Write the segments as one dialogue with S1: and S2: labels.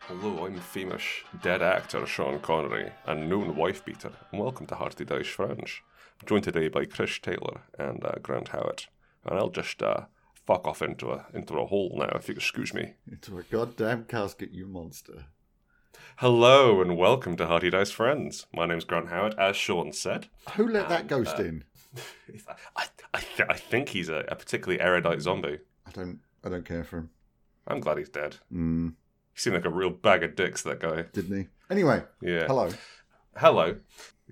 S1: Hello, I'm famous dead actor Sean Connery and known wife beater, and welcome to Hearty Dice Fringe. I'm joined today by Chris Taylor and uh, Grant Howard, and I'll just uh, fuck off into a into a hole now, if you excuse me.
S2: Into a goddamn casket, you monster.
S1: Hello, and welcome to Hearty Dice Friends. My name's Grant Howard, as Sean said.
S2: Who let that ghost
S1: uh,
S2: in?
S1: I, I, th- I think he's a, a particularly erudite zombie.
S2: I don't. I don't care for him.
S1: I'm glad he's dead.
S2: Mm,
S1: He seemed like a real bag of dicks, that guy.
S2: didn't he? Anyway,
S1: Yeah.
S2: hello.
S1: Hello.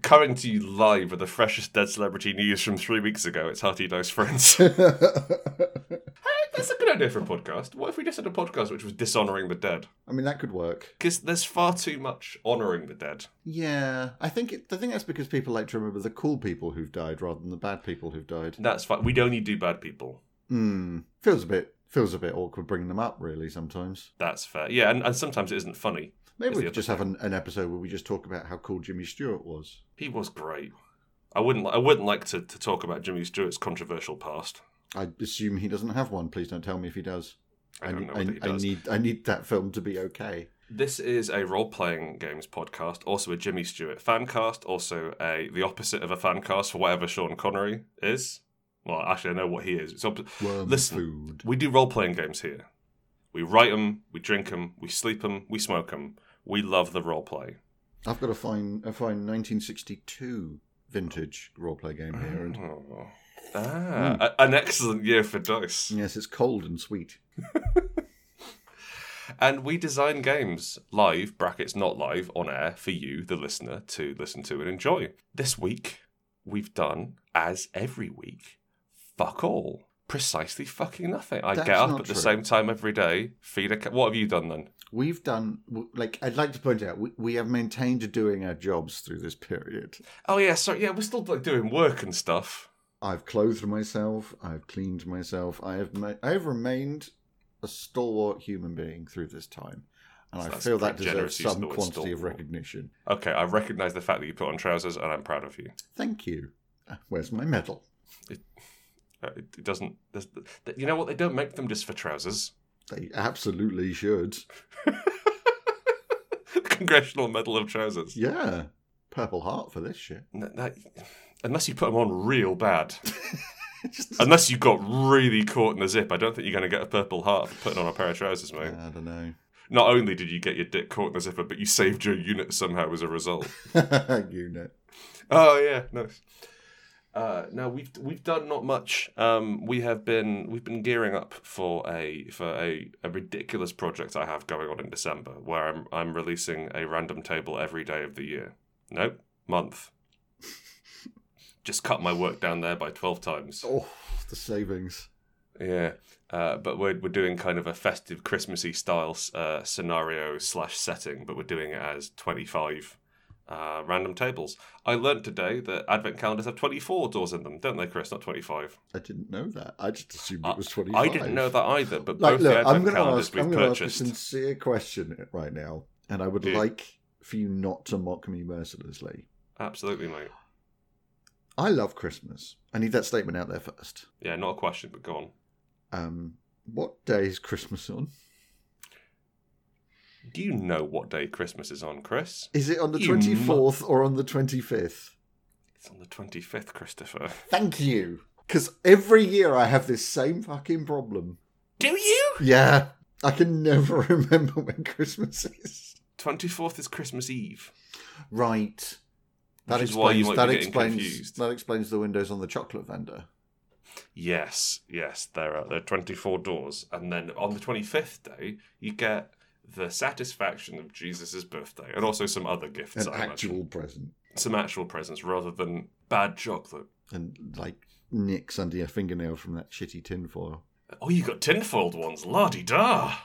S1: Coming to you live with the freshest dead celebrity news from three weeks ago. It's Hearty Dice Friends. hey,
S2: I
S1: that's a good idea for a podcast. What if we just had a podcast which was dishonouring the dead?
S2: mean, that could work.
S1: Because there's far too much honouring the dead.
S2: Yeah, I think it, I think that's because people like to remember the cool people who've died rather than the bad people who've died.
S1: That's fine. We'd only do bad people.
S2: Hmm. Feels a bit feels a bit awkward bringing them up, really. Sometimes
S1: That's fair. Yeah, and, and sometimes it isn't funny.
S2: maybe
S1: It's
S2: we
S1: the
S2: could just have an, an episode where we just talk about how cool Jimmy Stewart was.
S1: He was great. I wouldn't. li- I wouldn't like to, to talk about Jimmy Stewart's controversial past.
S2: I assume he doesn't have one. Please don't tell me if he does.
S1: I don't
S2: ne-
S1: know whether he
S2: I
S1: does.
S2: need I need that film to be okay.
S1: This is a role playing games podcast, also a Jimmy Stewart fan cast, also a the opposite of a fan cast for whatever Sean Connery is. Well, actually, I know what he is. It's oppo-
S2: Worm
S1: Listen,
S2: food.
S1: we do role playing games here. We write them, we drink them, we sleep them, we smoke them. We love the role play.
S2: I've got a fine a fine 1962 vintage roleplay game here, and
S1: Oh. Ah, a- an excellent year for dice.
S2: yes, it's cold and sweet.
S1: And we design games live, brackets not live, on air for you, the listener, to listen to and enjoy. This week, we've done, as every week, fuck all. Precisely fucking nothing. I
S2: That's
S1: get up
S2: not
S1: at the
S2: true.
S1: same time every day, feed a cat. What have you done then?
S2: We've done w- like I'd like to point out we, we have maintained doing our jobs through this period.
S1: Oh, yeah, sorry. Yeah, we're still like, doing work and stuff.
S2: I've clothed myself. I've cleaned myself. I have ma- I have remained a stalwart human being through this time, and
S1: So
S2: I
S1: that's
S2: feel that
S1: pretty generous
S2: deserves
S1: use of
S2: some
S1: the word
S2: quantity of
S1: stalwart.
S2: recognition.
S1: Okay, I recognize the fact that you put on trousers and I'm proud of you.
S2: Thank you. Where's my medal?
S1: Uh, It, it doesn't. there's- th- You know what? They don't make them just for trousers.
S2: They absolutely should.
S1: Congressional Medal of Trousers.
S2: Yeah, Purple Heart for this shit.
S1: N- that- unless you put them on real bad. Unless you got really caught in the zip, I don't think you're going to get a purple heart for putting on a pair of trousers, mate.
S2: I don't know.
S1: Not only did you get your dick caught in the zipper, but you saved your unit somehow as a result.
S2: Unit.
S1: oh yeah, nice. Uh, now we've we've done not much. Um, we have been we've been gearing up for a for a, a ridiculous project I have going on in December, where I'm I'm releasing a random table every day of the year. Nope, month. Just cut my work down there by twelve times.
S2: Oh, the savings.
S1: Yeah, uh, but we're we're doing kind of a festive Christmassy style uh, scenario slash setting, but we're doing it as twenty five uh, random tables. I learnt today that advent calendars have twenty four doors in them, don't they, Chris? Not twenty five.
S2: I didn't know that. I just assumed
S1: Uh, I-
S2: it was 25.
S1: I didn't know that either. But
S2: Like,
S1: both
S2: look,
S1: the
S2: I'm
S1: advent
S2: going to
S1: calendars
S2: ask,
S1: we've
S2: I'm gonna ask a
S1: purchased.
S2: sincere question right now, and I would
S1: Yeah.
S2: like for you not to mock me mercilessly.
S1: Absolutely, mate.
S2: I love Christmas. I need that statement out there first.
S1: Yeah, not a question, but go on.
S2: Um, what day is Christmas on?
S1: Do you know what day Christmas is on, Chris?
S2: Is it on the
S1: You
S2: 24th or on the 25th?
S1: It's on the twenty fifth, Christopher.
S2: Thank you. Because every year I have this same fucking problem.
S1: Do you?
S2: Yeah, I can never remember when Christmas is.
S1: Twenty fourth is Christmas Eve.
S2: Right. That
S1: Which
S2: explains.
S1: is why you might be
S2: that
S1: getting
S2: explains.
S1: confused.
S2: That explains the windows on the chocolate vendor.
S1: Yes, yes, there are there are twenty four doors, and then on the twenty fifth day you get the satisfaction of Jesus' birthday, and also some other gifts,
S2: An
S1: I imagine.
S2: actual present,
S1: some actual presents rather than bad chocolate.
S2: and like nicks under your fingernail from that shitty tin foil.
S1: Oh, you got tinfoiled ones, la di da!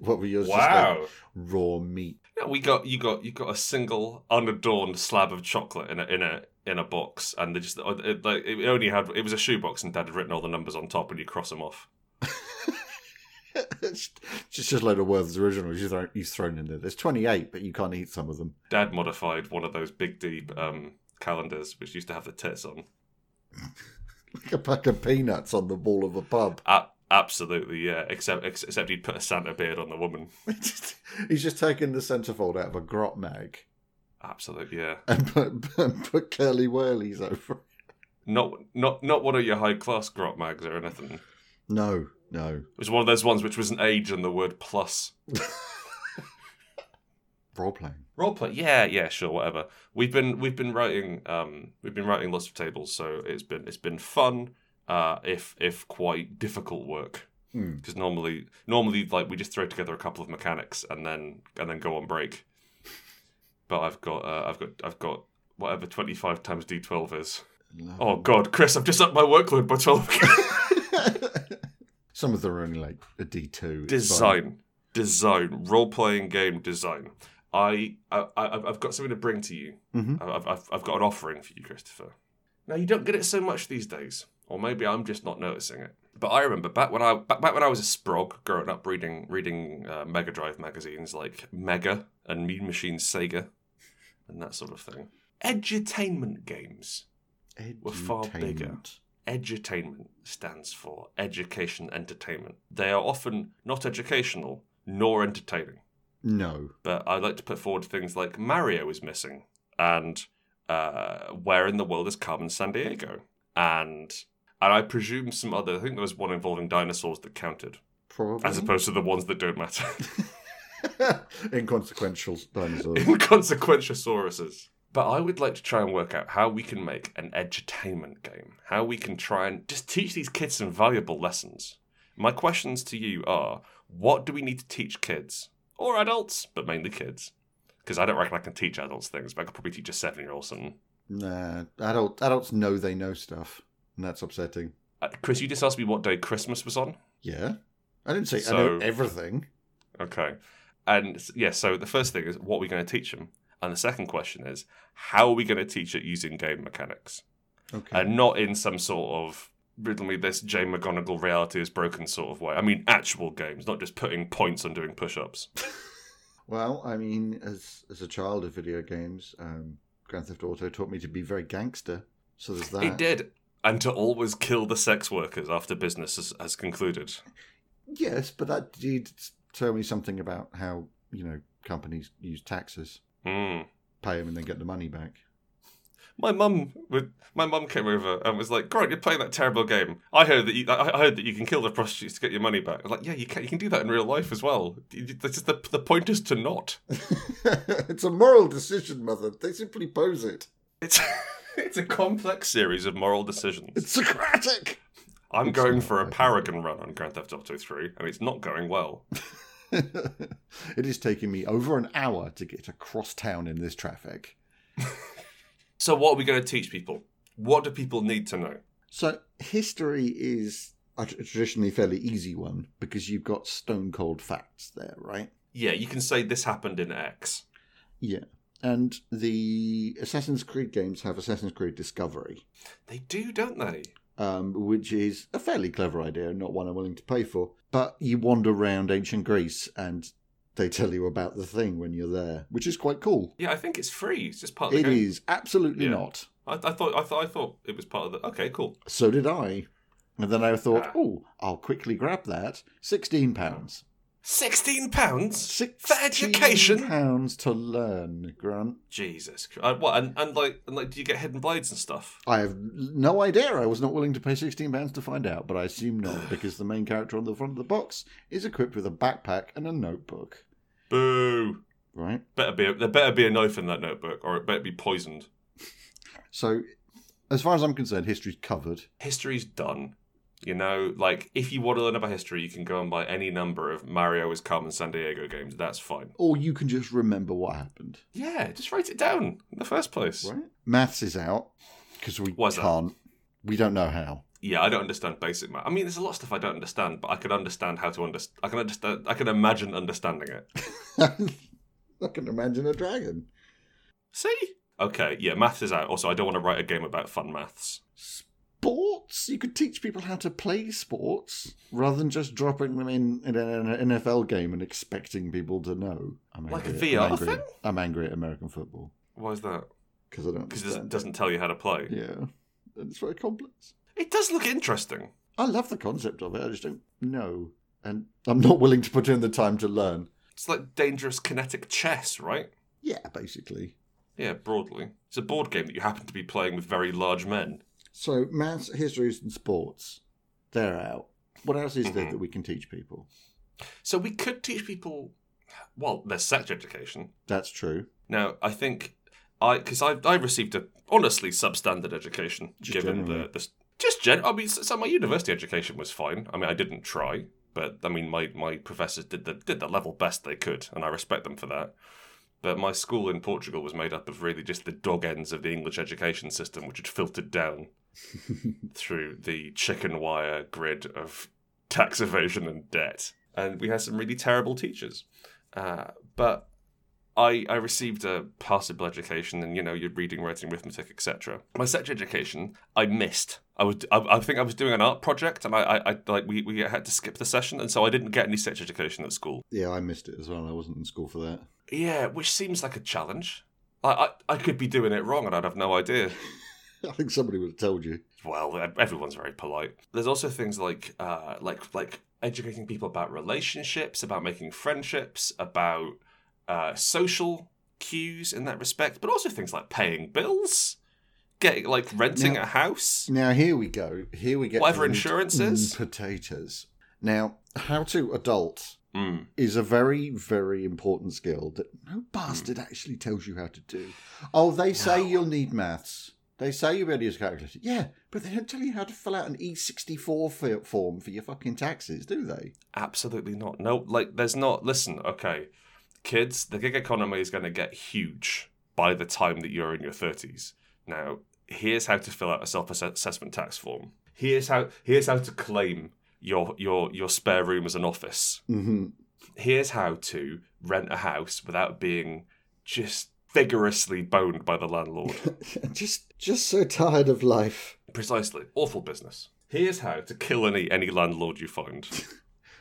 S2: what were yours? just like
S1: Wow.
S2: raw meat.
S1: Yeah, we got you got you got a single unadorned slab of chocolate in a in a in a box, and they just oh, it, like it only had it was a shoebox, and Dad had written all the numbers on top, and you cross them off.
S2: it's just just a load of Worth's originals you've thrown, you've thrown in there. There's 28, but you can't eat some of them.
S1: Dad modified one of those big deep um, calendars which used to have the tits on.
S2: Like a pack of peanuts on the wall of a pub.
S1: A- absolutely, yeah. Except ex- except he'd put a Santa beard on the woman.
S2: He's just taken the centerfold out of a grot mag
S1: Absolutely, yeah.
S2: and put, put, put curly whirlies over it.
S1: Not not not one of your high class grot mags or anything. It
S2: No, no.
S1: was one of those ones which was an age and the word plus.
S2: Role playing.
S1: Roleplay, yeah, yeah, sure, whatever. We've been we've been writing um we've been writing lots of tables, so it's been it's been fun, uh, if if quite difficult work
S2: Hmm.
S1: because normally normally like we just throw together a couple of mechanics and then and then go on break. But I've got uh, I've got I've got whatever twenty five times d twelve is. Oh God, Chris, I've just upped my workload by twelve.
S2: Some of them are only like a D2. It's fine.
S1: design design role playing game design. I, I I- I've got something to bring to you.
S2: Mhm.
S1: I've, I've, I've got an offering for you, Christopher. Now you don't get it so much these days, or maybe I'm just not noticing it. But I remember back when I back, back when I was a sprog growing up, reading reading uh, Mega Drive magazines like Mega and Mean Machine Sega, and that sort of thing. Edutainment games. were far bigger.
S2: Edutainment.
S1: Edutainment stands for education entertainment. They are often not educational nor entertaining.
S2: No.
S1: but I like to put forward things like Mario is missing, and uh, where in the world is Carmen San Diego, and and I presume some other. I think there was one involving dinosaurs that counted,
S2: Probably.
S1: as opposed to the ones that don't matter.
S2: Inconsequential dinosaurs.
S1: Inconsequentiosauruses. But I would like to try and work out how we can make an edutainment game. How we can try and just teach these kids some valuable lessons. My questions to you are what do we need to teach kids? Or adults, but mainly kids. Because I don't reckon I can teach adults things, but I could probably teach a seven year old something.
S2: Nah, adult adults know they know stuff, and that's upsetting.
S1: Uh, Chris, you just asked me what day Christmas was on.
S2: Yeah, I didn't say I
S1: So-
S2: know everything.
S1: Okay. And s- yeah, so the first thing is what are we going to teach them? And the second question is how are we going to teach it using game mechanics?
S2: Okay,
S1: and Uh, not in some sort of riddle me this Jay McGonigal reality is broken sort of way. I mean actual games, not just putting points on doing push-ups.
S2: well, I mean, as as a child of video games, um, Grand Theft Auto taught me to be very gangster. So there's that.
S1: It did, and to always kill the sex workers after business has, has concluded.
S2: Yes, but that did tell me something about how you know companies use taxes,
S1: Mm.
S2: pay them, and then get the money back.
S1: My mum would. My mum came over and was like, "Grant, you're playing that terrible game. I heard that you. I I heard that you can kill the prostitutes to get your money back." I was like, "Yeah, you can. You can do that in real life as well. You- you- That's just the the point is to not.
S2: it's a moral decision, mother. They simply pose it.
S1: It's it's a complex series of moral decisions.
S2: It's Socratic.
S1: I'm
S2: It's
S1: going
S2: not
S1: for a
S2: like-
S1: Paragon run on Grand Theft Auto 3, and it's not going well.
S2: it is taking me over an hour to get across town in this traffic.
S1: So, what are we going to teach people? What do people need to know?
S2: So history is a tr- traditionally fairly easy one because you've got stone cold facts there, right?
S1: Yeah, you can say this happened in X.
S2: And the Assassin's Creed games have Assassin's Creed Discovery,
S1: They do, don't they?
S2: um, which is a fairly clever idea, not one I'm willing to pay for. But you wander around ancient Greece and they tell you about the thing when you're there, which is quite cool.
S1: Yeah, I think it's free. It's just part of
S2: It
S1: the game.
S2: is absolutely
S1: Oh, Yeah.
S2: not.
S1: I, I thought, I thought, I thought it was part of the. Okay, cool.
S2: So did I. And then I thought,
S1: Ah.
S2: oh, I'll quickly grab that. Sixteen pounds.
S1: Sixteen pounds
S2: Six
S1: for education.
S2: pounds to learn, Grant.
S1: Jesus, Christ. Uh, what? And, and like, and like, do you get hidden blades and stuff?
S2: I have no idea. I was not willing to pay sixteen pounds to find out, but I assume not, because the main character on the front of the box is equipped with a backpack and a notebook.
S1: Boo!
S2: Right?
S1: Better be. A, there better be a knife in that notebook, or it better be poisoned.
S2: So as far as I'm concerned, history's covered.
S1: history's done. You know, like if you want to learn about history, you can go and buy any number of Mario is Carmen San Diego games. That's fine.
S2: Or you can just remember what happened.
S1: Yeah, just write it down in the first place.
S2: Right? Maths is out. Because we
S1: Why's that?
S2: can't. We don't know how.
S1: yeah, I don't understand basic math. I mean, there's a lot of stuff I don't understand, but I can understand how to understand. I can understand. I can imagine understanding it.
S2: I can imagine a dragon.
S1: See? Okay, yeah, maths is out. Also, I don't want to write a game about fun maths.
S2: Sports? You could teach people how to play sports rather than just dropping them in, in an NFL game and expecting people to know. I'm
S1: Like a
S2: angry at- I'm
S1: VR
S2: angry-
S1: thing?
S2: I'm angry at American football
S1: Why is that?
S2: because I don't
S1: Because it doesn't-
S2: understand.
S1: doesn't tell you how to play.
S2: Yeah, and it's very complex.
S1: It does look interesting.
S2: I love the concept of it. I just don't know, and I'm not willing to put in the time to learn.
S1: It's like dangerous kinetic chess, right?
S2: Yeah, basically.
S1: Yeah, broadly. It's a board game that you happen to be playing with very large men.
S2: So maths, histories, and sports, they're out. What else is there
S1: Mhm.
S2: that we can teach people?
S1: So we could teach people. Well, there's sex education.
S2: That's true.
S1: Now, I think I because I I received a honestly substandard education
S2: Just
S1: given
S2: generally.
S1: the, the just gen. I mean, so so my university education was fine. I mean, I didn't try, but I mean, my my professors did the did the level best they could, and I respect them for that. But my school in Portugal was made up of really just the dog ends of the English education system, which had filtered down through the chicken wire grid of tax evasion and debt. And we had some really terrible teachers. Uh, but I, I received a passable education and you know your reading writing arithmetic etc my sex education i missed i was i, I think i was doing an art project and I, I, I like we, we had to skip the session and so i didn't get any sex education at school
S2: Yeah, I missed it as well. I wasn't in school for that.
S1: yeah which seems like a challenge i i, I could be doing it wrong and i'd have no idea
S2: I think somebody would have told you.
S1: well everyone's very polite there's also things like uh like like educating people about relationships about making friendships about uh social cues in that respect but also things like paying bills getting like renting
S2: Now-
S1: a house
S2: Now here we go. Here we get
S1: Whatever
S2: the meat
S1: insurance
S2: and
S1: is.
S2: potatoes. Now, how to adult
S1: mm.
S2: is a very, very important skill that no bastard actually tells you how to do. Oh, they say
S1: No.
S2: you'll need maths. They say you'll be able to use a calculator. Yeah, but they don't tell you how to fill out an E64 fi- form for your fucking taxes, do they?
S1: absolutely not no like there's not listen okay kids the gig economy is going to get huge by the time that you're in your 30s now here's how to fill out a self-assessment tax form here's how here's how to claim your your your spare room as an office
S2: Mm-hmm.
S1: here's how to rent a house without being just vigorously boned by the landlord
S2: just, just so tired of life.
S1: precisely awful business here's how to kill any any landlord you find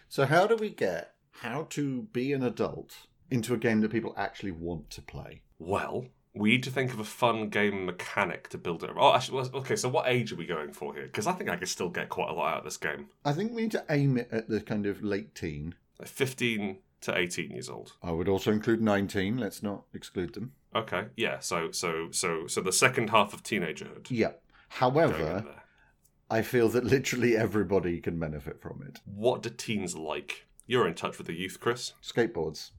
S2: So, how do we get how to be an adult into a game that people actually want to play?
S1: Well, we need to think of a fun game mechanic to build it. around. Oh, actually, well, okay. So, what age are we going for here? Because I think I could still get quite a lot out of this game.
S2: I think we need to aim it at the kind of late teen.
S1: Like Fifteen to eighteen years old.
S2: I would also include 19. Let's not exclude them.
S1: Okay, yeah. So, so, so, so the second half of teenagerhood.
S2: Yeah.
S1: going in
S2: However,
S1: there.
S2: I feel that literally everybody can benefit from it.
S1: what do teens like? You're in touch with the youth, Chris.
S2: Skateboards.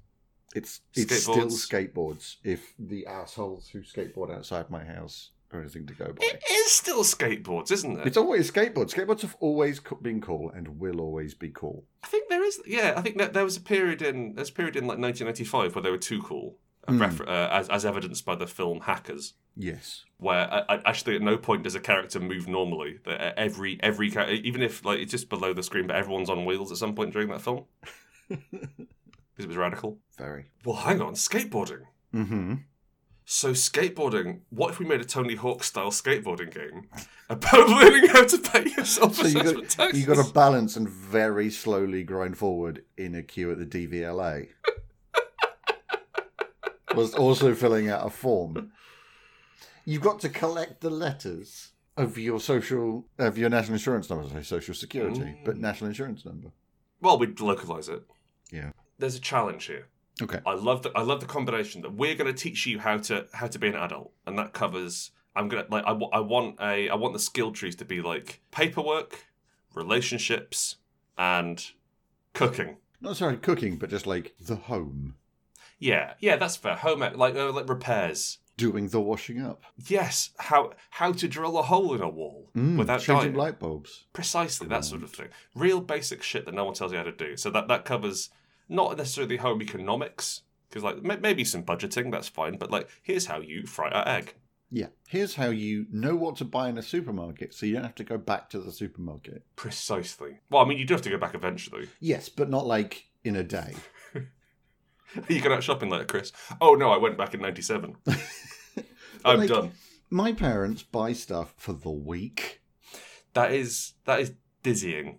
S2: It's it's still
S1: Skateboards.
S2: skateboards. If the assholes who skateboard outside my house are anything to go by,
S1: It is still skateboards, isn't it?
S2: it's always skateboards. Skateboards have always co- been cool and will always be cool.
S1: I think there is. Yeah, I think that there was a period in there's a period in like 1995 where they were too cool, a
S2: Hmm.
S1: refer- uh, as as evidenced by the film Hackers.
S2: Yes.
S1: where I, I, actually at no point does a character move normally. The- e, Every every char- even if like it's just below the screen, but everyone's on wheels at some point during that film because it was radical.
S2: Very.
S1: Well, hang on, skateboarding.
S2: Mm-hmm.
S1: So skateboarding. What if we made a Tony Hawk style skateboarding game about learning how to pay yourself
S2: So you got-
S1: assessment taxes?
S2: You got to balance and very slowly grind forward in a queue at the DVLA. Whilst also filling out a form. You've got to collect the letters of your social, of your national insurance number, sorry, social security,
S1: Mm.
S2: but national insurance number.
S1: Well, we'd localize it.
S2: Yeah.
S1: There's a challenge here.
S2: Okay.
S1: I love the I love the combination that we're going to teach you how to how to be an adult, and that covers. I'm gonna like I, wa- I want a I want the skill trees to be like paperwork, relationships, and cooking.
S2: Not sorry, cooking, but just like the home,
S1: Yeah, yeah, that's fair. Home ec- like uh, like repairs.
S2: doing the washing up,
S1: Yes, how how to drill a hole in a wall
S2: Mm,
S1: without dying.
S2: changing light bulbs.
S1: Precisely that sort of thing. Real basic shit that no one tells you how to do. So that that covers not necessarily home economics because like may- maybe some budgeting that's fine, but like here's how you fry an egg.
S2: Yeah. Here's how you know what to buy in a supermarket so you don't have to go back to the supermarket.
S1: Precisely. Well, I mean, you do have to go back eventually.
S2: Yes, but not like in a day.
S1: you can out shopping later, Chris. Oh no, I went back in '97. I'm
S2: like-
S1: done.
S2: My parents buy stuff for the week
S1: That is that is dizzying.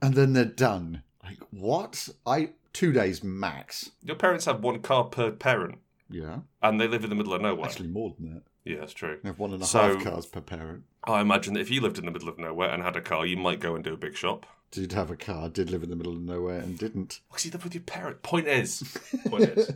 S2: and then they're done. Like, what? I. Two days max.
S1: Your parents have one car per parent,
S2: Yeah.
S1: and they live in the middle of nowhere.
S2: Actually, more than that.
S1: yeah, that's true.
S2: They have one and a half
S1: So-
S2: cars per parent.
S1: I imagine that if you lived in the middle of nowhere and had a car, you might go and do a big shop.
S2: Did have a car, did live in the middle of nowhere, and didn't.
S1: What's he done with your parent? Point is, point is,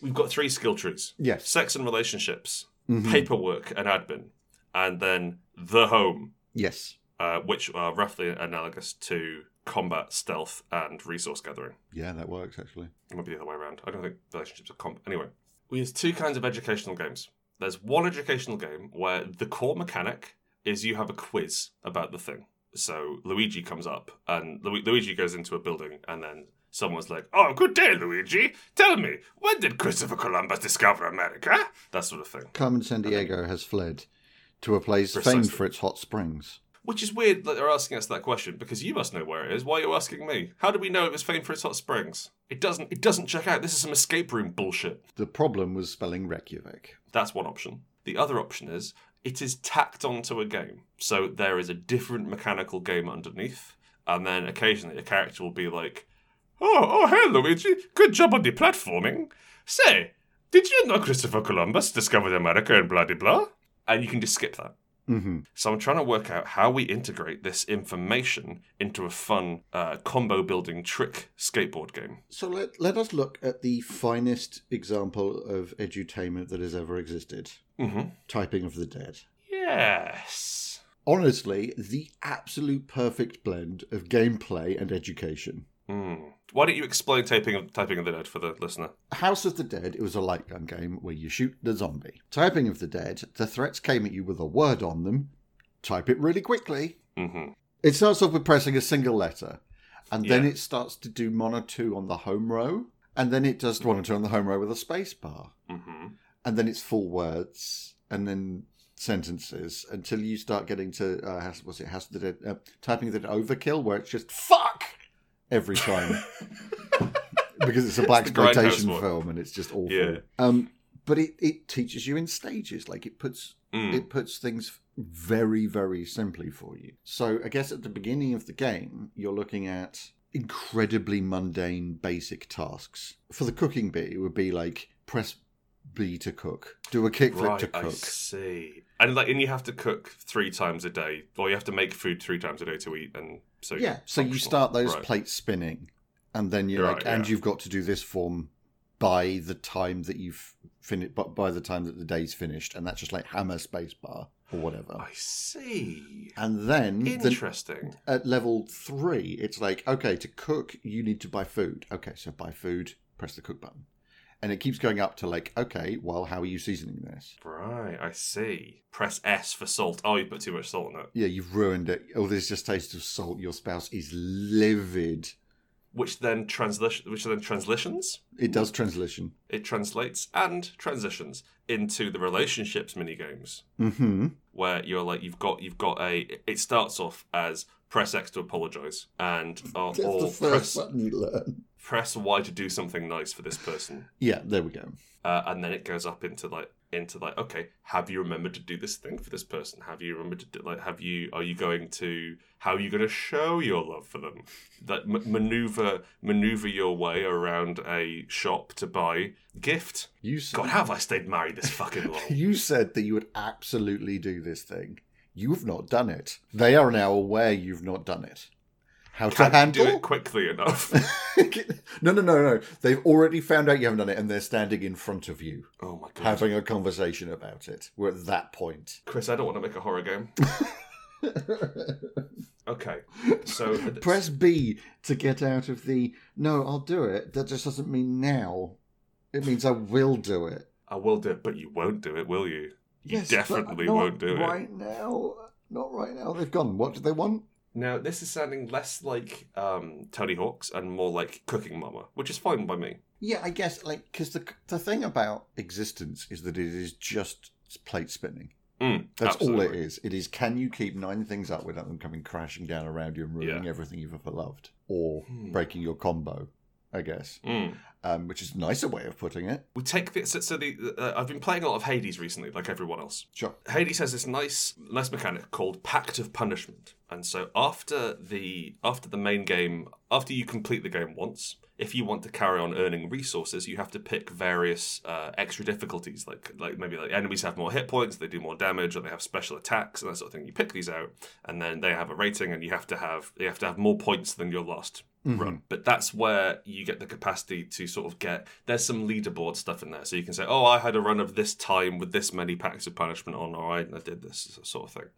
S1: we've got three skill trees:
S2: yes.
S1: sex and relationships,
S2: Mhm.
S1: paperwork and admin, and then the home,
S2: Yes.
S1: uh, which are roughly analogous to combat, stealth, and resource gathering.
S2: Yeah, that works actually.
S1: It might be the other way around. I don't think relationships are comp. Anyway, we have two kinds of educational games. There's one educational game where the core mechanic is you have a quiz about the thing. So Luigi comes up and Lu- Luigi goes into a building and then someone's like, "Oh, good day, Luigi. Tell me, when did Christopher Columbus discover America?" That sort of thing.
S2: Carmen San Diego has fled to a place
S1: Precisely.
S2: famed for its hot springs.
S1: Which is weird that they're asking us that question because you must know where it is. Why are you asking me? How do we know it was famed for its hot springs? It doesn't. It doesn't check out. This is some escape room bullshit.
S2: The problem was spelling Reykjavik.
S1: That's one option. The other option is it is tacked onto a game. So there is a different mechanical game underneath, and then occasionally a character will be like, Oh, oh, hey, Luigi, good job on the platforming. Say, did you know Christopher Columbus discovered America and blah de blah? And you can just skip that.
S2: Mm-hmm.
S1: So I'm trying to work out how we integrate this information into a fun uh, combo building trick skateboard game.
S2: So let, let us look at the finest example of edutainment that has ever existed
S1: Mm-hmm.
S2: Typing of the Dead.
S1: Yes.
S2: Honestly, the absolute perfect blend of gameplay and education.
S1: Hmm. Why don't you explain typing of, typing of the dead for the listener?
S2: House of the Dead, it was a light gun game where you shoot the zombie. Typing of the Dead, the threats came at you with a word on them. Type it really quickly.
S1: Mm-hmm.
S2: It starts off with pressing a single letter, and then
S1: Yeah.
S2: it starts to do mono two on the home row, and then it does mono two on the home row with a space bar,
S1: Mm-hmm.
S2: and then it's full words, and then sentences until you start getting to uh, House- was it House of the Dead uh, typing of the Dead overkill where it's just fuck every time because it's a black
S1: It's the Grindhouse
S2: exploitation
S1: one.
S2: film and it's just awful.
S1: Yeah.
S2: Um, but it, it teaches you in stages, like it puts
S1: Hmm.
S2: it puts things very very simply for you. So I guess at the beginning of the game, you're looking at incredibly mundane basic tasks. For the cooking bit, it would be like press B to cook, do a kickflip
S1: Right,
S2: to
S1: I
S2: cook.
S1: see. And like, and you have to cook three times a day, or you have to make food three times a day to eat, and so
S2: yeah, so you
S1: functional.
S2: start those
S1: Right.
S2: plates spinning, and then you're
S1: Right,
S2: like, and
S1: yeah.
S2: you've got to do this form by the time that you've finished, but by the time that the day's finished, and that's just like hammer space bar or whatever.
S1: I see.
S2: And then Mm, the,
S1: Interesting.
S2: at level three, it's like, okay, to cook, you need to buy food. Okay, so buy food, press the cook button, and it keeps going up to like, okay, well, how are you seasoning this?
S1: Right, I see. Press S for salt. Oh, you put too much salt in it.
S2: Yeah, you've ruined it. Oh, this just tastes of salt. Your spouse is livid.
S1: Which then translation, which then translations.
S2: It does translation.
S1: It translates and transitions into the relationships minigames.
S2: hmm
S1: where you're like you've got you've got a it starts off as press X to apologize and or,
S2: That's
S1: or
S2: the first
S1: press
S2: button you learn.
S1: press Y to do something nice for this person
S2: Yeah, there we go.
S1: uh, and then it goes up into like into like okay have you remembered to do this thing for this person have you remembered to do, like have you are you going to how are you going to show your love for them that m- maneuver maneuver your way around a shop to buy gift
S2: You said,
S1: god how have i stayed married this fucking long
S2: you said that you would absolutely do this thing. You've not done it. They are now aware you've not done it. How to
S1: can you
S2: handle?
S1: do it quickly enough
S2: no, no, no, no. They've already found out you haven't done it, and they're standing in front of you
S1: oh my god
S2: having a conversation about it. We're at that point.
S1: Chris, I don't want to make a horror game. Okay, so
S2: Press B to get out of the. No, I'll do it. That just doesn't mean now. It means I will do it.
S1: I will do it, but you won't do it, will you? You
S2: Yes, but
S1: definitely
S2: not
S1: won't do it.
S2: Right now, not right now. They've gone. What do they want?
S1: Now, this is sounding less like um, Tony Hawk's and more like Cooking Mama, which is fine by me.
S2: Yeah, I guess like because the the thing about existence is that it is just plate spinning.
S1: Mm,
S2: That's all it
S1: absolutely.
S2: is. It is can you keep nine things up without them coming crashing down around you and ruining
S1: Yeah.
S2: everything you've ever loved or
S1: Hmm.
S2: breaking your combo, I guess,
S1: Mm.
S2: um, which is a nicer way of putting it.
S1: We take the so, so the uh, I've been playing a lot of Hades recently, like everyone else.
S2: Sure.
S1: Hades has this nice nice mechanic called Pact of Punishment, and so after the after the main game, after you complete the game once, if you want to carry on earning resources, you have to pick various uh, extra difficulties, like like maybe like enemies have more hit points, they do more damage, or they have special attacks and that sort of thing. You pick these out, and then they have a rating, and you have to have you have to have more points than your last
S2: Mm-hmm.
S1: run. But that's where you get the capacity to sort of get. There's some leaderboard stuff in there, so you can say, "Oh, I had a run of this time with this many packs of punishment on, or I, I did this sort of thing."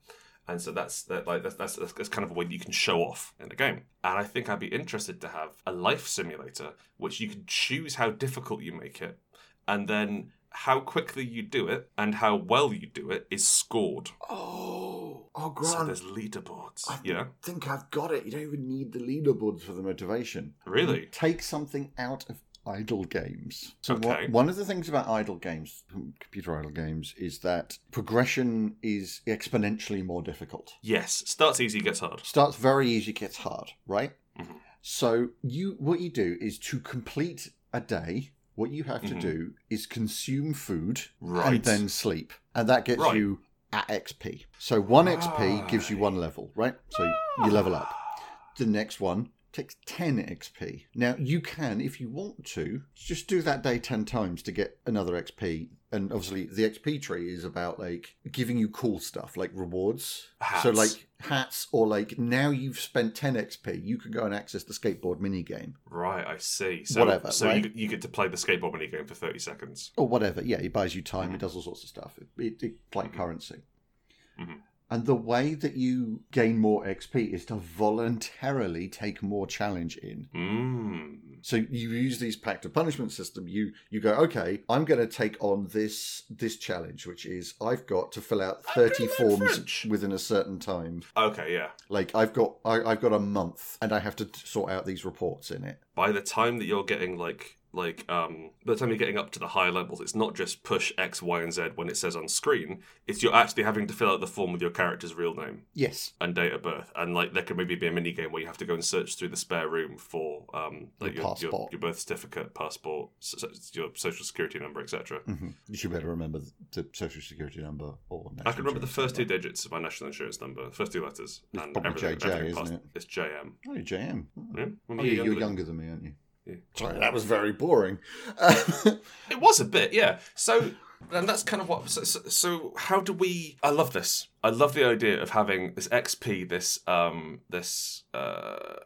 S1: And so that's that, like that's, that's that's kind of a way that you can show off in the game. And I think I'd be interested to have a life simulator, which you can choose how difficult you make it, and then how quickly you do it and how well you do it is scored.
S2: Oh, oh,
S1: So
S2: Grant,
S1: there's leaderboards.
S2: I-
S1: Yeah,
S2: I think I've got it. You don't even need the leaderboards for the motivation.
S1: really.
S2: Take something out of idle games. So wha-
S1: Okay.
S2: one of the things about idle games, com- computer idle games, is that progression is exponentially more difficult.
S1: Yes, starts easy, gets hard.
S2: starts very easy, gets hard, right?
S1: Mhm.
S2: So you, what you do is to complete a day. What you have
S1: Mhm.
S2: to do is consume food
S1: Right.
S2: and then sleep, and that gets
S1: Right.
S2: you at XP. So one XP gives you one level, right? So
S1: Ah.
S2: you level up. The next one takes 10 XP. Now you can, if you want to, just do that day 10 times to get another XP. And obviously the XP tree is about like giving you cool stuff, like rewards. So
S1: Hats.
S2: like hats or like now you've spent 10 XP, you can go and access the skateboard mini game
S1: Right, I see. So,
S2: Whatever,
S1: So you,
S2: right?
S1: you get to play the skateboard mini game for thirty seconds.
S2: or whatever. Yeah, it buys you time.
S1: Mhm.
S2: It does all sorts of stuff. It, it, it's like
S1: Mhm.
S2: currency.
S1: Mhm.
S2: And the way that you gain more XP is to voluntarily take more challenge in.
S1: Mm.
S2: So you use these pact of punishment system. You you go okay. I'm going to take on this this challenge, which is I've got to fill out
S1: I'm
S2: thirty
S1: gonna learn French.
S2: forms within a certain time.
S1: Okay, yeah.
S2: Like I've got I, I've got a month, and I have to t- sort out these reports in it.
S1: By the time that you're getting like like um by the time you're getting up to the higher levels, it's not just push X, Y, and Z when it says on screen. It's you're actually having to fill out the form with your character's real name
S2: Yes.
S1: and date of birth. And like there could maybe be a mini game where you have to go and search through the spare room for um like your
S2: Your
S1: your,
S2: passport.
S1: your birth certificate, passport, so, so- your social security number, etc.
S2: hmm You should better remember the social security number or.
S1: I can remember the first two digits of my national insurance number, the first two letters,
S2: It's
S1: and
S2: probably
S1: everything.
S2: JJ,
S1: everything
S2: isn't
S1: past-
S2: it?
S1: It's JM.
S2: Oh, you're JM. Oh,
S1: Yeah?
S2: Oh,
S1: Remember
S2: yeah, you're
S1: than-
S2: younger than me, aren't you?
S1: Yeah.
S2: Sorry, that was very boring.
S1: It was a bit, yeah. So, and that's kind of what. So, so, so how do we? I love this. I love the idea of having this XP, this um, this uh,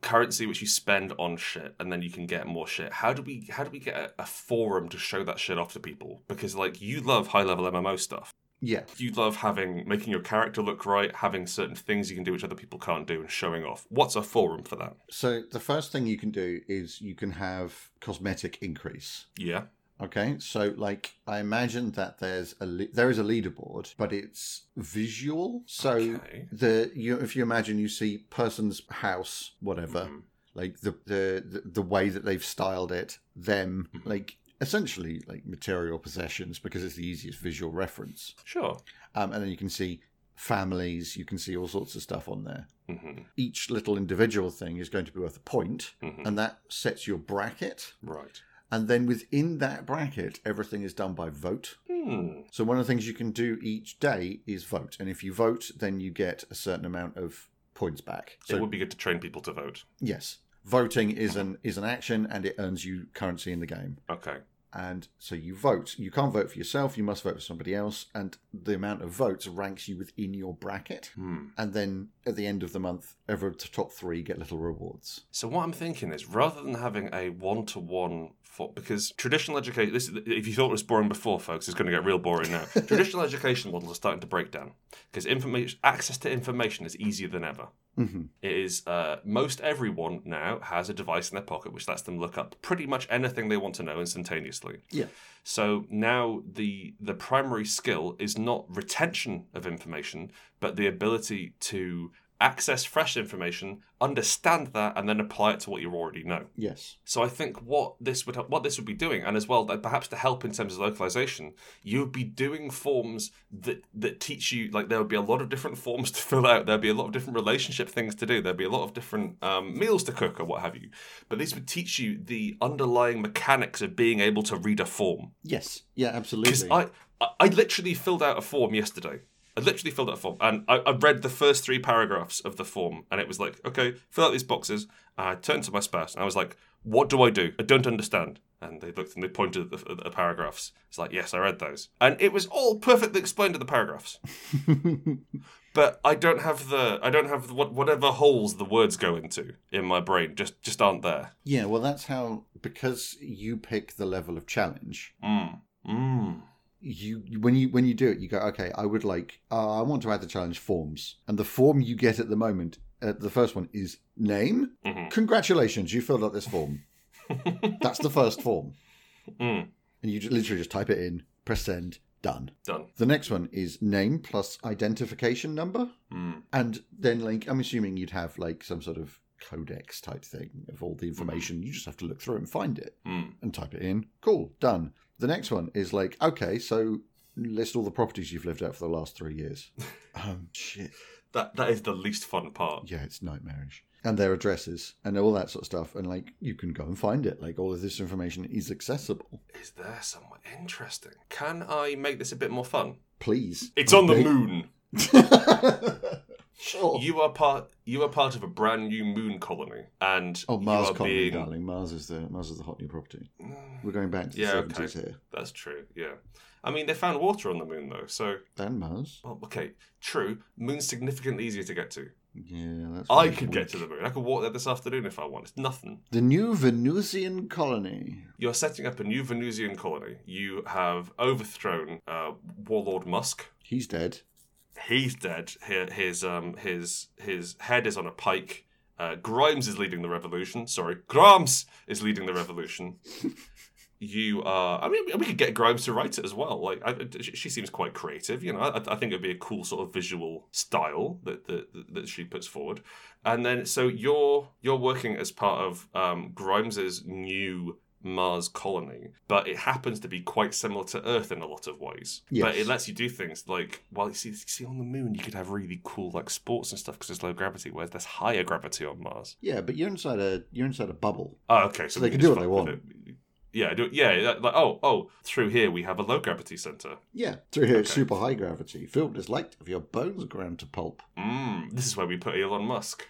S1: currency which you spend on shit, and then you can get more shit. How do we? How do we get a, a forum to show that shit off to people? Because like you love high level MMO stuff.
S2: yeah,
S1: You love having making your character look right, having certain things you can do which other people can't do, and showing off. What's a forum for that?
S2: so the first thing you can do is you can have cosmetic increase.
S1: Yeah.
S2: Okay, so like I imagine that there's a le- there is a leaderboard, but it's visual. So
S1: Okay.
S2: the you if you imagine you see person's house, whatever,
S1: Mhm.
S2: like the, the the- the way that they've styled it, them,
S1: Mhm.
S2: like essentially like material possessions because it's the easiest visual reference.
S1: Sure.
S2: Um, and then you can see families, you can see all sorts of stuff on there.
S1: hmm
S2: Each little individual thing is going to be worth a point,
S1: hmm
S2: and that sets your bracket.
S1: Right.
S2: And then within that bracket, everything is done by vote.
S1: Hmm.
S2: So one of the things you can do each day is vote, and if you vote, then you get a certain amount of points back. So
S1: it would be good to train people to vote.
S2: yes, voting is an is an action, and it earns you currency in the game.
S1: Okay.
S2: And so you vote. You can't vote for yourself. You must vote for somebody else, and the amount of votes ranks you within your bracket.
S1: Hmm.
S2: and then at the end of the month, ever to top three get little rewards.
S1: So what I'm thinking is, rather than having a one-to-one for because traditional education, this is- if you thought it was boring before, folks, it's going to get real boring now. traditional education models are starting to break down because information access to information is easier than ever.
S2: Mm-hmm.
S1: It is uh, most everyone now has a device in their pocket which lets them look up pretty much anything they want to know instantaneously.
S2: Yeah.
S1: So now the the primary skill is not retention of information, but the ability to access fresh information, understand that, and then apply it to what you already know.
S2: Yes.
S1: So I think what this would what this would be doing, and as well that perhaps to help in terms of localization, you would be doing forms that that teach you like there would be a lot of different forms to fill out. There'd be a lot of different relationship things to do. There'd be a lot of different um, meals to cook or what have you. But these would teach you the underlying mechanics of being able to read a form.
S2: Yes. Yeah.
S1: Because
S2: Absolutely.
S1: I, I I literally filled out a form yesterday. I literally filled out a form and I, I read the first three paragraphs of the form and it was like, okay, fill out these boxes. And I turned to my spouse and I was like, what do I do? I don't understand. And they looked and they pointed at the, at the paragraphs. It's like, yes, I read those. And it was all perfectly explained in the paragraphs. but I don't have the, I don't have what, whatever holes the words go into in my brain just, just aren't there.
S2: yeah. Well, that's how because you pick the level of challenge.
S1: Mm. Mm.
S2: you when you when you do it you go okay i would like uh, i want to add the challenge forms and the form you get at the moment uh, the first one is name
S1: Mhm.
S2: congratulations you filled out this form that's the first form
S1: Mm.
S2: and you ju- literally just type it in press send done
S1: Done.
S2: the next one is name plus identification number
S1: Mm.
S2: and then like i'm assuming you'd have like some sort of codex type thing of all the information you just have to look through and find it
S1: Mm.
S2: and type it in. Cool, done. The next one is like, okay, so list all the properties you've lived at for the last three years. um, shit.
S1: That, that is the least fun part.
S2: Yeah, it's nightmarish. And their addresses and all that sort of stuff. And like, you can go and find it. Like, all of this information is accessible.
S1: Is there somewhere interesting? Can I make this a bit more fun?
S2: Please.
S1: It's on the
S2: Okay.
S1: moon.
S2: sure.
S1: You are part. You are part of a brand new moon colony, and
S2: Oh, Mars
S1: you are
S2: colony,
S1: being.
S2: darling. Mars is the Mars is the hot new property. We're
S1: Mm,
S2: going back to the
S1: Yeah, okay.
S2: 70s here.
S1: That's true. Yeah, I mean they found water on the moon though, so
S2: And Mars.
S1: well, okay, true. Moon's significantly easier to get to.
S2: Yeah, that's
S1: I
S2: really
S1: could
S2: weak.
S1: get to the moon. I could walk there this afternoon if I want. It's nothing.
S2: the new Venusian colony.
S1: You're setting up a new Venusian colony. You have overthrown uh, warlord Musk.
S2: He's dead.
S1: he's dead. His, his um his his head is on a pike. Uh, Grimes is leading the revolution. Sorry, Grimes is leading the revolution. you are. I mean, we could get Grimes to write it as well. Like, I, I- she she seems quite creative. You know, I, I think it'd be a cool sort of visual style that that, that she puts forward. And then, so you're you're working as part of um, Grimes's new Mars colony, but it happens to be quite similar to Earth in a lot of ways. But
S2: Yes.
S1: it lets you do things like, well, you see, you see on the moon, you could have really cool like sports and stuff because there's low gravity, whereas there's higher gravity on Mars.
S2: Yeah, but you're inside a you're inside a bubble.
S1: Oh, okay.
S2: So
S1: So
S2: they
S1: we
S2: can
S1: just
S2: do what they
S1: fuck with it. Yeah, do, yeah. that- Like, oh, oh, through here we have a low gravity center.
S2: Yeah, through here it's
S1: Okay.
S2: super high gravity. Film is light if your bones ground to pulp.
S1: Mm, this is where we put Elon Musk.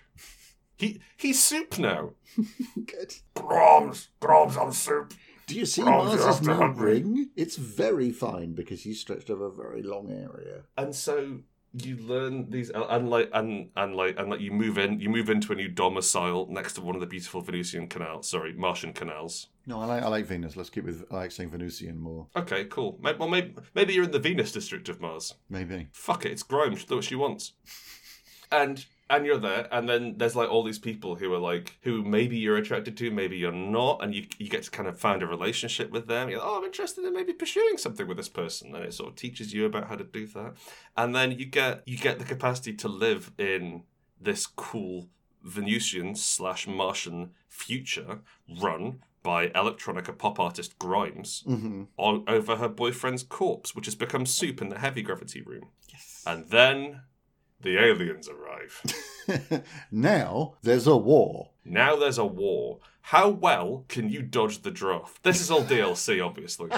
S1: He he's soup now.
S2: Good.
S1: Groms, groms on soup.
S2: Do you see
S1: Ground you
S2: Mars's
S1: have to
S2: new
S1: hungry.
S2: ring? It's very fine because he's stretched over a very long area.
S1: And so you learn these, and like, and and like, and like, you move in, you move into a new domicile next to one of the beautiful Venusian canals. Sorry, Martian canals.
S2: No, I like I like Venus. Let's keep with I like saying Venusian more.
S1: Okay, cool. Maybe, well, maybe maybe you're in the Venus district of Mars.
S2: Maybe.
S1: fuck it, it's Grime. She'll do what she wants. And and you're there, and then there's like all these people who are like who maybe you're attracted to, maybe you're not, and you you get to kind of find a relationship with them. You're like, oh, I'm interested in maybe pursuing something with this person, and it sort of teaches you about how to do that. And then you get you get the capacity to live in this cool Venusian slash Martian future run by electronica pop artist Grimes
S2: Mm-hmm.
S1: on, over her boyfriend's corpse, which has become soup in the heavy gravity room.
S2: Yes.
S1: And then the aliens arrive.
S2: now there's a war.
S1: now there's a war. How well can you dodge the draft? This is all DLC, obviously.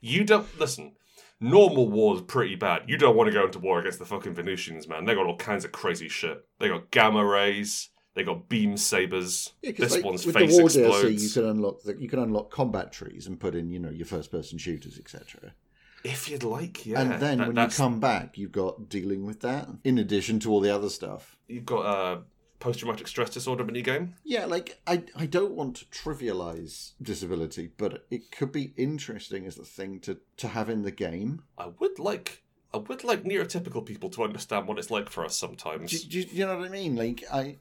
S1: You don't listen. Normal war is pretty bad. You don't want to go into war against the fucking Venusians, man. They got all kinds of crazy shit. They got gamma rays. They got beam sabers.
S2: Yeah, 'cause,
S1: this
S2: like,
S1: one's
S2: with
S1: face
S2: the war
S1: explodes.
S2: DLC, you can unlock the, you can unlock combat trees and put in you know your first person shooters etc.
S1: If you'd like, yeah.
S2: and
S1: That-
S2: then when you
S1: that's-
S2: come back, you've got dealing with that in addition to all the other stuff.
S1: you've got uh, post-traumatic stress disorder minigame.
S2: Yeah, like I, I don't want to trivialize disability, but it could be interesting as a thing to to have in the game.
S1: I would like I would like neurotypical people to understand what it's like for us sometimes.
S2: Do, do, do you know what I mean? Like, I,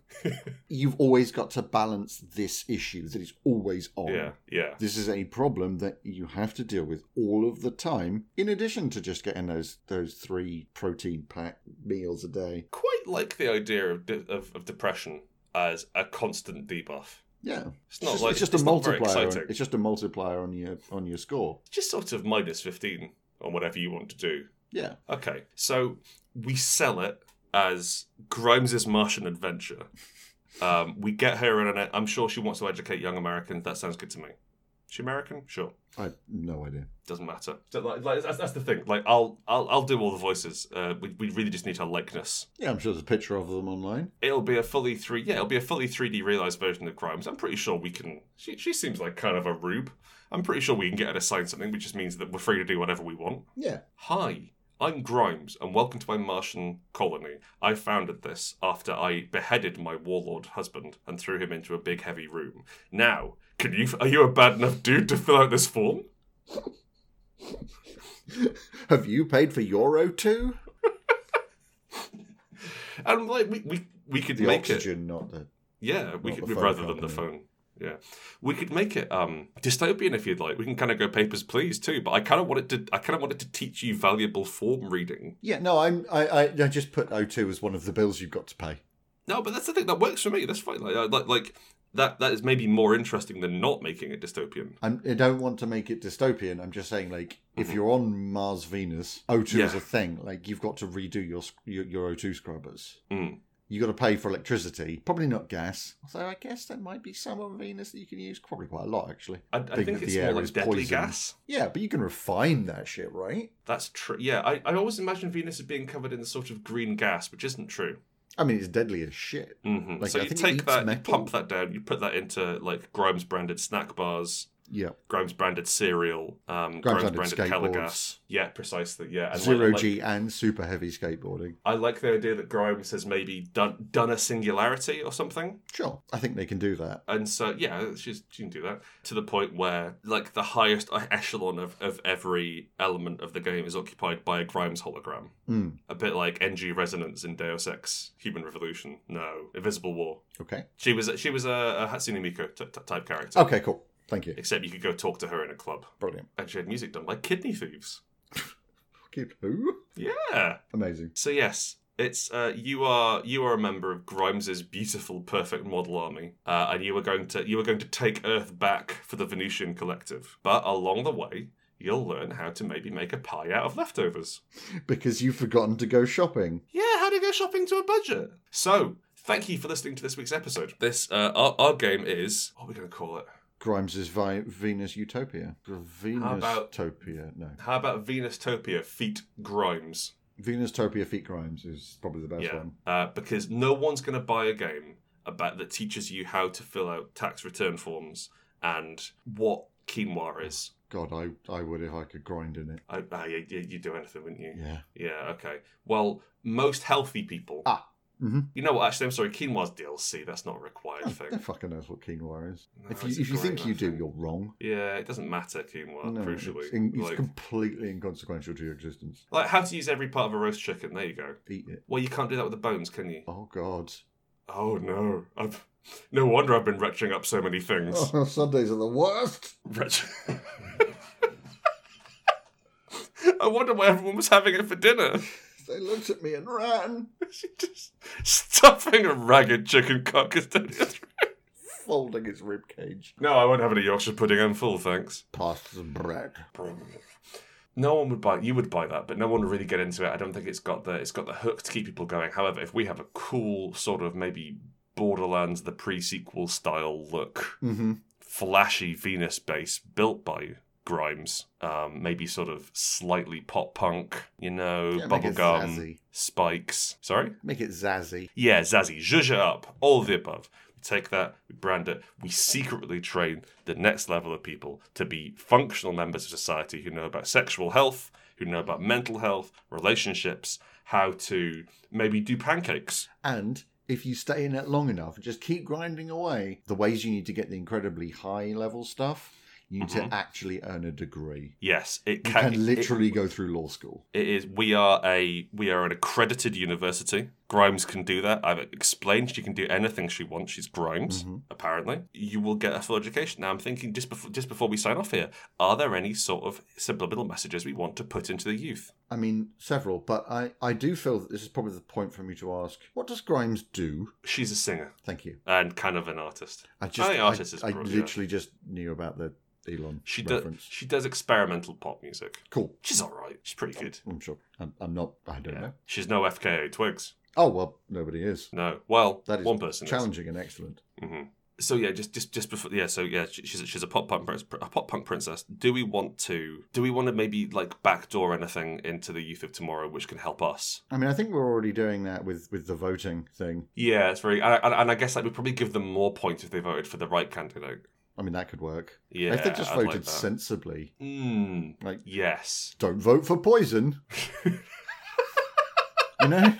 S2: you've always got to balance this issue that is always on.
S1: yeah, yeah.
S2: This is a problem that you have to deal with all of the time. In addition to just getting those those three protein packed meals a day.
S1: Quite like the idea of, de- of of depression as a constant debuff.
S2: Yeah,
S1: It's not like-
S2: a
S1: it's not very
S2: multiplier. on,
S1: exciting.
S2: it's just a multiplier on your on your score.
S1: Just sort of minus fifteen on whatever you want to do.
S2: Yeah,
S1: Okay, so we sell it as Grimes's Martian adventure. Um, we get her in it. I'm sure she wants to educate young Americans. That sounds good to me. She American? Sure.
S2: I have no idea.
S1: Doesn't matter. So, like, like, that's, that's the thing. Like, I'll, I'll, I'll do all the voices. Uh, we, we really just need her likeness.
S2: Yeah, I'm sure there's a picture of them online.
S1: It'll be a fully three. Yeah, it'll be a fully 3D realized version of Grimes. I'm pretty sure we can. She, she seems like kind of a rube. I'm pretty sure we can get her to sign something, which just means that we're free to do whatever we want.
S2: Yeah,
S1: Hi, I'm Grimes, and welcome to my Martian colony. I founded this after I beheaded my warlord husband and threw him into a big heavy room. Now, can you? Are you a bad enough dude to fill out this form?
S2: have you paid for Euro two?
S1: And like we we, we could
S2: The
S1: make it.
S2: oxygen, not the.
S1: Yeah, we
S2: not
S1: could
S2: the phone
S1: rather than the
S2: company.
S1: phone. Yeah, we could make it um dystopian if you'd like. We can kind of go papers please too, but I kind of want it to. I kind of want it to teach you valuable form reading.
S2: Yeah, no, I'm. I, I I just put O2 as one of the bills you've got to pay.
S1: No, but that's the thing that works for me. That's fine. Like I- like, like that that is maybe more interesting than not making it dystopian.
S2: I'm, I don't want to make it dystopian. I'm just saying, like, if you're on Mars, Venus, O2 is
S1: Yeah.
S2: a thing. Like, you've got to redo your sc- your, your O2 scrubbers.
S1: Mm.
S2: You got to pay for electricity, probably not gas. Although I guess there might be some on Venus that you can use, probably quite a lot actually.
S1: I, I
S2: Think
S1: think
S2: that
S1: it's
S2: the
S1: more
S2: air
S1: like
S2: is
S1: deadly
S2: poison.
S1: gas.
S2: Yeah, but you can refine that shit, right?
S1: That's true. Yeah, I, I always imagine Venus as being covered in the sort of green gas, which isn't true.
S2: I mean, it's deadly as shit.
S1: hmm
S2: Like,
S1: so
S2: I
S1: you
S2: think it
S1: take
S2: eats
S1: that, you
S2: metal.
S1: pump that down, you put that into like Grimes branded snack bars,
S2: Yeah,
S1: Grimes branded cereal, um,
S2: Grimes
S1: Grimes,
S2: branded
S1: branded color
S2: skateboards.
S1: gas. Yeah, precisely. Yeah, like-
S2: zero
S1: like-
S2: G and super heavy skateboarding.
S1: I like the idea that Grimes has maybe done done a singularity or something.
S2: Sure, I think they can do that.
S1: And so, yeah, she's, she can do that to the point where, like, the highest e-, echelon of, of every element of the game is occupied by a Grimes hologram.
S2: Mm,
S1: A bit like NG Resonance in Deus Ex, Human Revolution. No, Invisible War.
S2: okay.
S1: She was she was a, a Hatsune Miku t- t- type character,
S2: Okay. Cool. Thank you.
S1: except you could go talk to her in a club,
S2: Brilliant.
S1: and she had music done by Kidney Thieves.
S2: Keep who?
S1: Yeah.
S2: Amazing.
S1: So yes, it's uh, you are you are a member of Grimes's beautiful, perfect model army, uh, and you are going to you are going to take Earth back for the Venusian Collective. But along the way, you'll learn how to maybe make a pie out of leftovers.
S2: Because you've forgotten to go shopping.
S1: Yeah, how to go shopping to a budget. So thank you for listening to this week's episode. This uh, our, our game is what are we going to call it?
S2: Grimes' vi- Venus Utopia. Venus
S1: about-
S2: Topia. No.
S1: How about Venustopia Feet Grimes?
S2: Venus Topia Feet Grimes is probably the best
S1: yeah,
S2: one.
S1: uh, because no one's going to buy a game about that teaches you how to fill out tax return forms and what quinoa is.
S2: God, I, I would if I could grind in it.
S1: I, I, you- you'd do anything, wouldn't you?
S2: Yeah.
S1: Yeah. Okay. Well, most healthy people.
S2: Ah, mhm.
S1: You know what? Actually, I'm sorry. Quinoa's DLC. That's not a required
S2: Oh,
S1: thing.
S2: no fucking knows what quinoa is.
S1: No,
S2: if you,
S1: it's a
S2: if you think
S1: grain,
S2: you
S1: I
S2: do,
S1: think.
S2: you're wrong.
S1: Yeah, it doesn't matter quinoa.
S2: No, it's,
S1: crucially,
S2: in- it's
S1: like,
S2: completely inconsequential to your existence.
S1: like how to use every part of a roast chicken. There you go.
S2: Eat it.
S1: Well, you can't do that with the bones, can you?
S2: Oh, God.
S1: Oh no! I've no wonder I've been retching up so many things.
S2: Oh, Sundays are the worst.
S1: Rich. I wonder why everyone was having it for dinner.
S2: They looked at me and ran,
S1: She just stuffing a ragged chicken carcass down your throat.
S2: folding its ribcage.
S1: No, I won't have any Yorkshire pudding. I'm full, thanks.
S2: Past the bread.
S1: No one would buy. You would buy that, but no one would really get into it. I don't think it's got the it's got the hook to keep people going. However, if we have a cool sort of maybe Borderlands the pre sequel style look,
S2: Mm-hmm.
S1: flashy Venus base built by Grimes. Um, maybe sort of slightly pop punk, you know, bubblegum,
S2: Zazzy.
S1: spikes. Sorry?
S2: Make it zazzy.
S1: Yeah, Zazzy, Zhuzha up, all of the above. We take that, we brand it, we secretly train the next level of people to be functional members of society who know about sexual health, who know about mental health, relationships, how to maybe do pancakes.
S2: And if you stay in it long enough and just keep grinding away, the ways you need to get the incredibly high level stuff, you
S1: Mhm.
S2: to actually earn a degree.
S1: Yes, it
S2: You
S1: can,
S2: can literally go through law school.
S1: It is. We are a we are an accredited university. Grimes can do that. I've explained she can do anything she wants. She's Grimes.
S2: Mhm.
S1: Apparently, you will get a full education. Now, I'm thinking just before just before we sign off here, are there any sort of subliminal messages we want to put into the youth?
S2: I mean, several, but I, I do feel that this is probably the point for me to ask what does Grimes do?
S1: She's a singer
S2: Thank you.
S1: and kind of an artist.
S2: I just,
S1: think
S2: I,
S1: artist is
S2: I
S1: broad, yeah.
S2: literally just knew about the Elon
S1: She does
S2: reference.
S1: she does experimental pop music.
S2: Cool.
S1: She's all right. She's pretty good.
S2: I'm sure. I'm, I'm not. I don't
S1: Yeah.
S2: know.
S1: She's no FKA Twigs.
S2: Oh well, nobody is.
S1: No. Well,
S2: That is
S1: one person. is.
S2: Challenging and excellent.
S1: hmm So yeah, just just just before yeah, so yeah, she- she's a- she's a pop punk prin- a pop punk princess. Do we want to do we want to maybe like backdoor anything into the youth of tomorrow, which can help us?
S2: I mean, I think we're already doing that with with the voting thing.
S1: Yeah, it's very and, and- and I guess like we probably give them more points if they voted for the right candidate.
S2: I mean, that could work.
S1: Yeah,
S2: if they just
S1: I'd
S2: voted
S1: like that.
S2: sensibly,
S1: Mm,
S2: like
S1: yes,
S2: don't vote for poison. you know,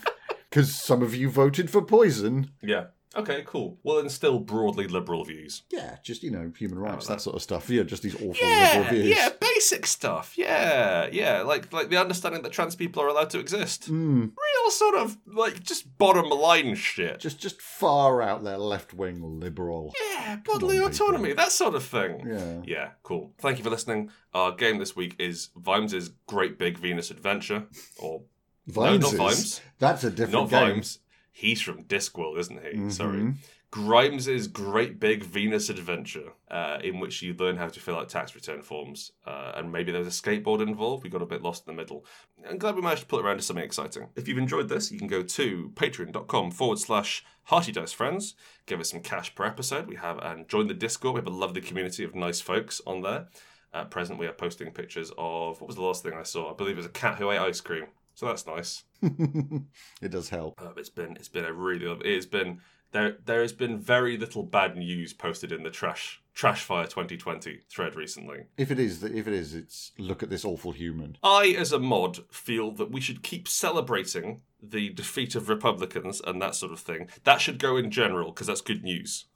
S2: because some of you voted for poison.
S1: yeah. Okay, cool. Well, and still broadly liberal views.
S2: Yeah, just you know, human
S1: Oh,
S2: rights,
S1: that-
S2: that sort of stuff. Yeah, just these awful
S1: Yeah,
S2: liberal views.
S1: yeah, basic stuff. Yeah, yeah, like like the understanding that trans people are allowed to exist.
S2: Mm,
S1: Real sort of like just bottom line shit.
S2: just just far out there, left wing liberal.
S1: Yeah, bodily
S2: on,
S1: autonomy,
S2: people.
S1: that sort of thing.
S2: Yeah.
S1: Yeah, cool. Thank you for listening. Our game this week is Vimes' Great Big Venus Adventure. Or
S2: Vimes.
S1: no,
S2: is-
S1: not Vimes.
S2: That's a
S1: Not
S2: different game.
S1: Vimes. He's from Discworld, isn't he? Sorry.
S2: Mhm.
S1: Grimes' Great Big Venus Adventure, uh, in which you learn how to fill out tax return forms. Uh, and maybe there's a skateboard involved. We got a bit lost in the middle. I'm glad we managed to pull it around to something exciting. If you've enjoyed this, you can go to patreon.com forward slash hearty dice friends. Give us some cash per episode. We have and join the Discord. We have a lovely community of nice folks on there. At present, we are posting pictures of what was the last thing I saw? I believe it was a cat who ate ice cream. So that's nice.
S2: it does help.
S1: Uh, it's been it's been a really lov- it's been there there has been very little bad news posted in the trash trash fire 2020 thread recently.
S2: If it is, if it is, it's look at this awful human.
S1: I as a mod feel that we should keep celebrating the defeat of Republicans and that sort of thing. That should go in general because that's good news.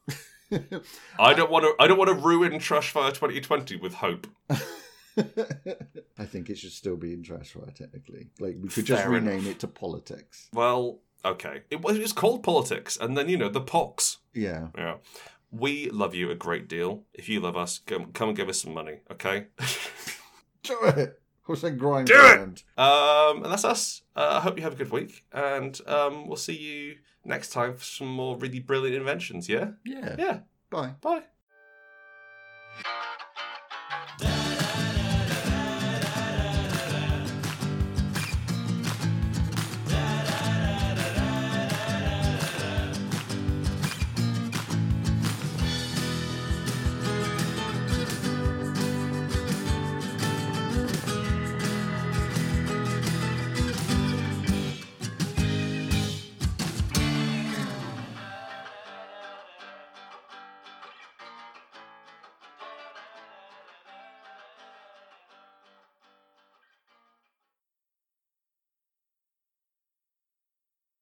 S1: I don't want to I don't want to ruin trash fire 2020 with hope.
S2: I think it should still be in trash fire technically. Like we could just
S1: Fair
S2: rename
S1: enough.
S2: it to politics.
S1: Well, okay. It was it was called politics and then you know the pox.
S2: Yeah.
S1: Yeah. We love you a great deal. If you love us, come, come and give us some money, okay?
S2: Do it. Jose Grimes.
S1: Do it!
S2: and
S1: Um, and that's us. Uh, I hope you have a good week, and um, we'll see you next time for some more really brilliant inventions. Yeah,
S2: Yeah.
S1: yeah.
S2: Bye.
S1: Bye.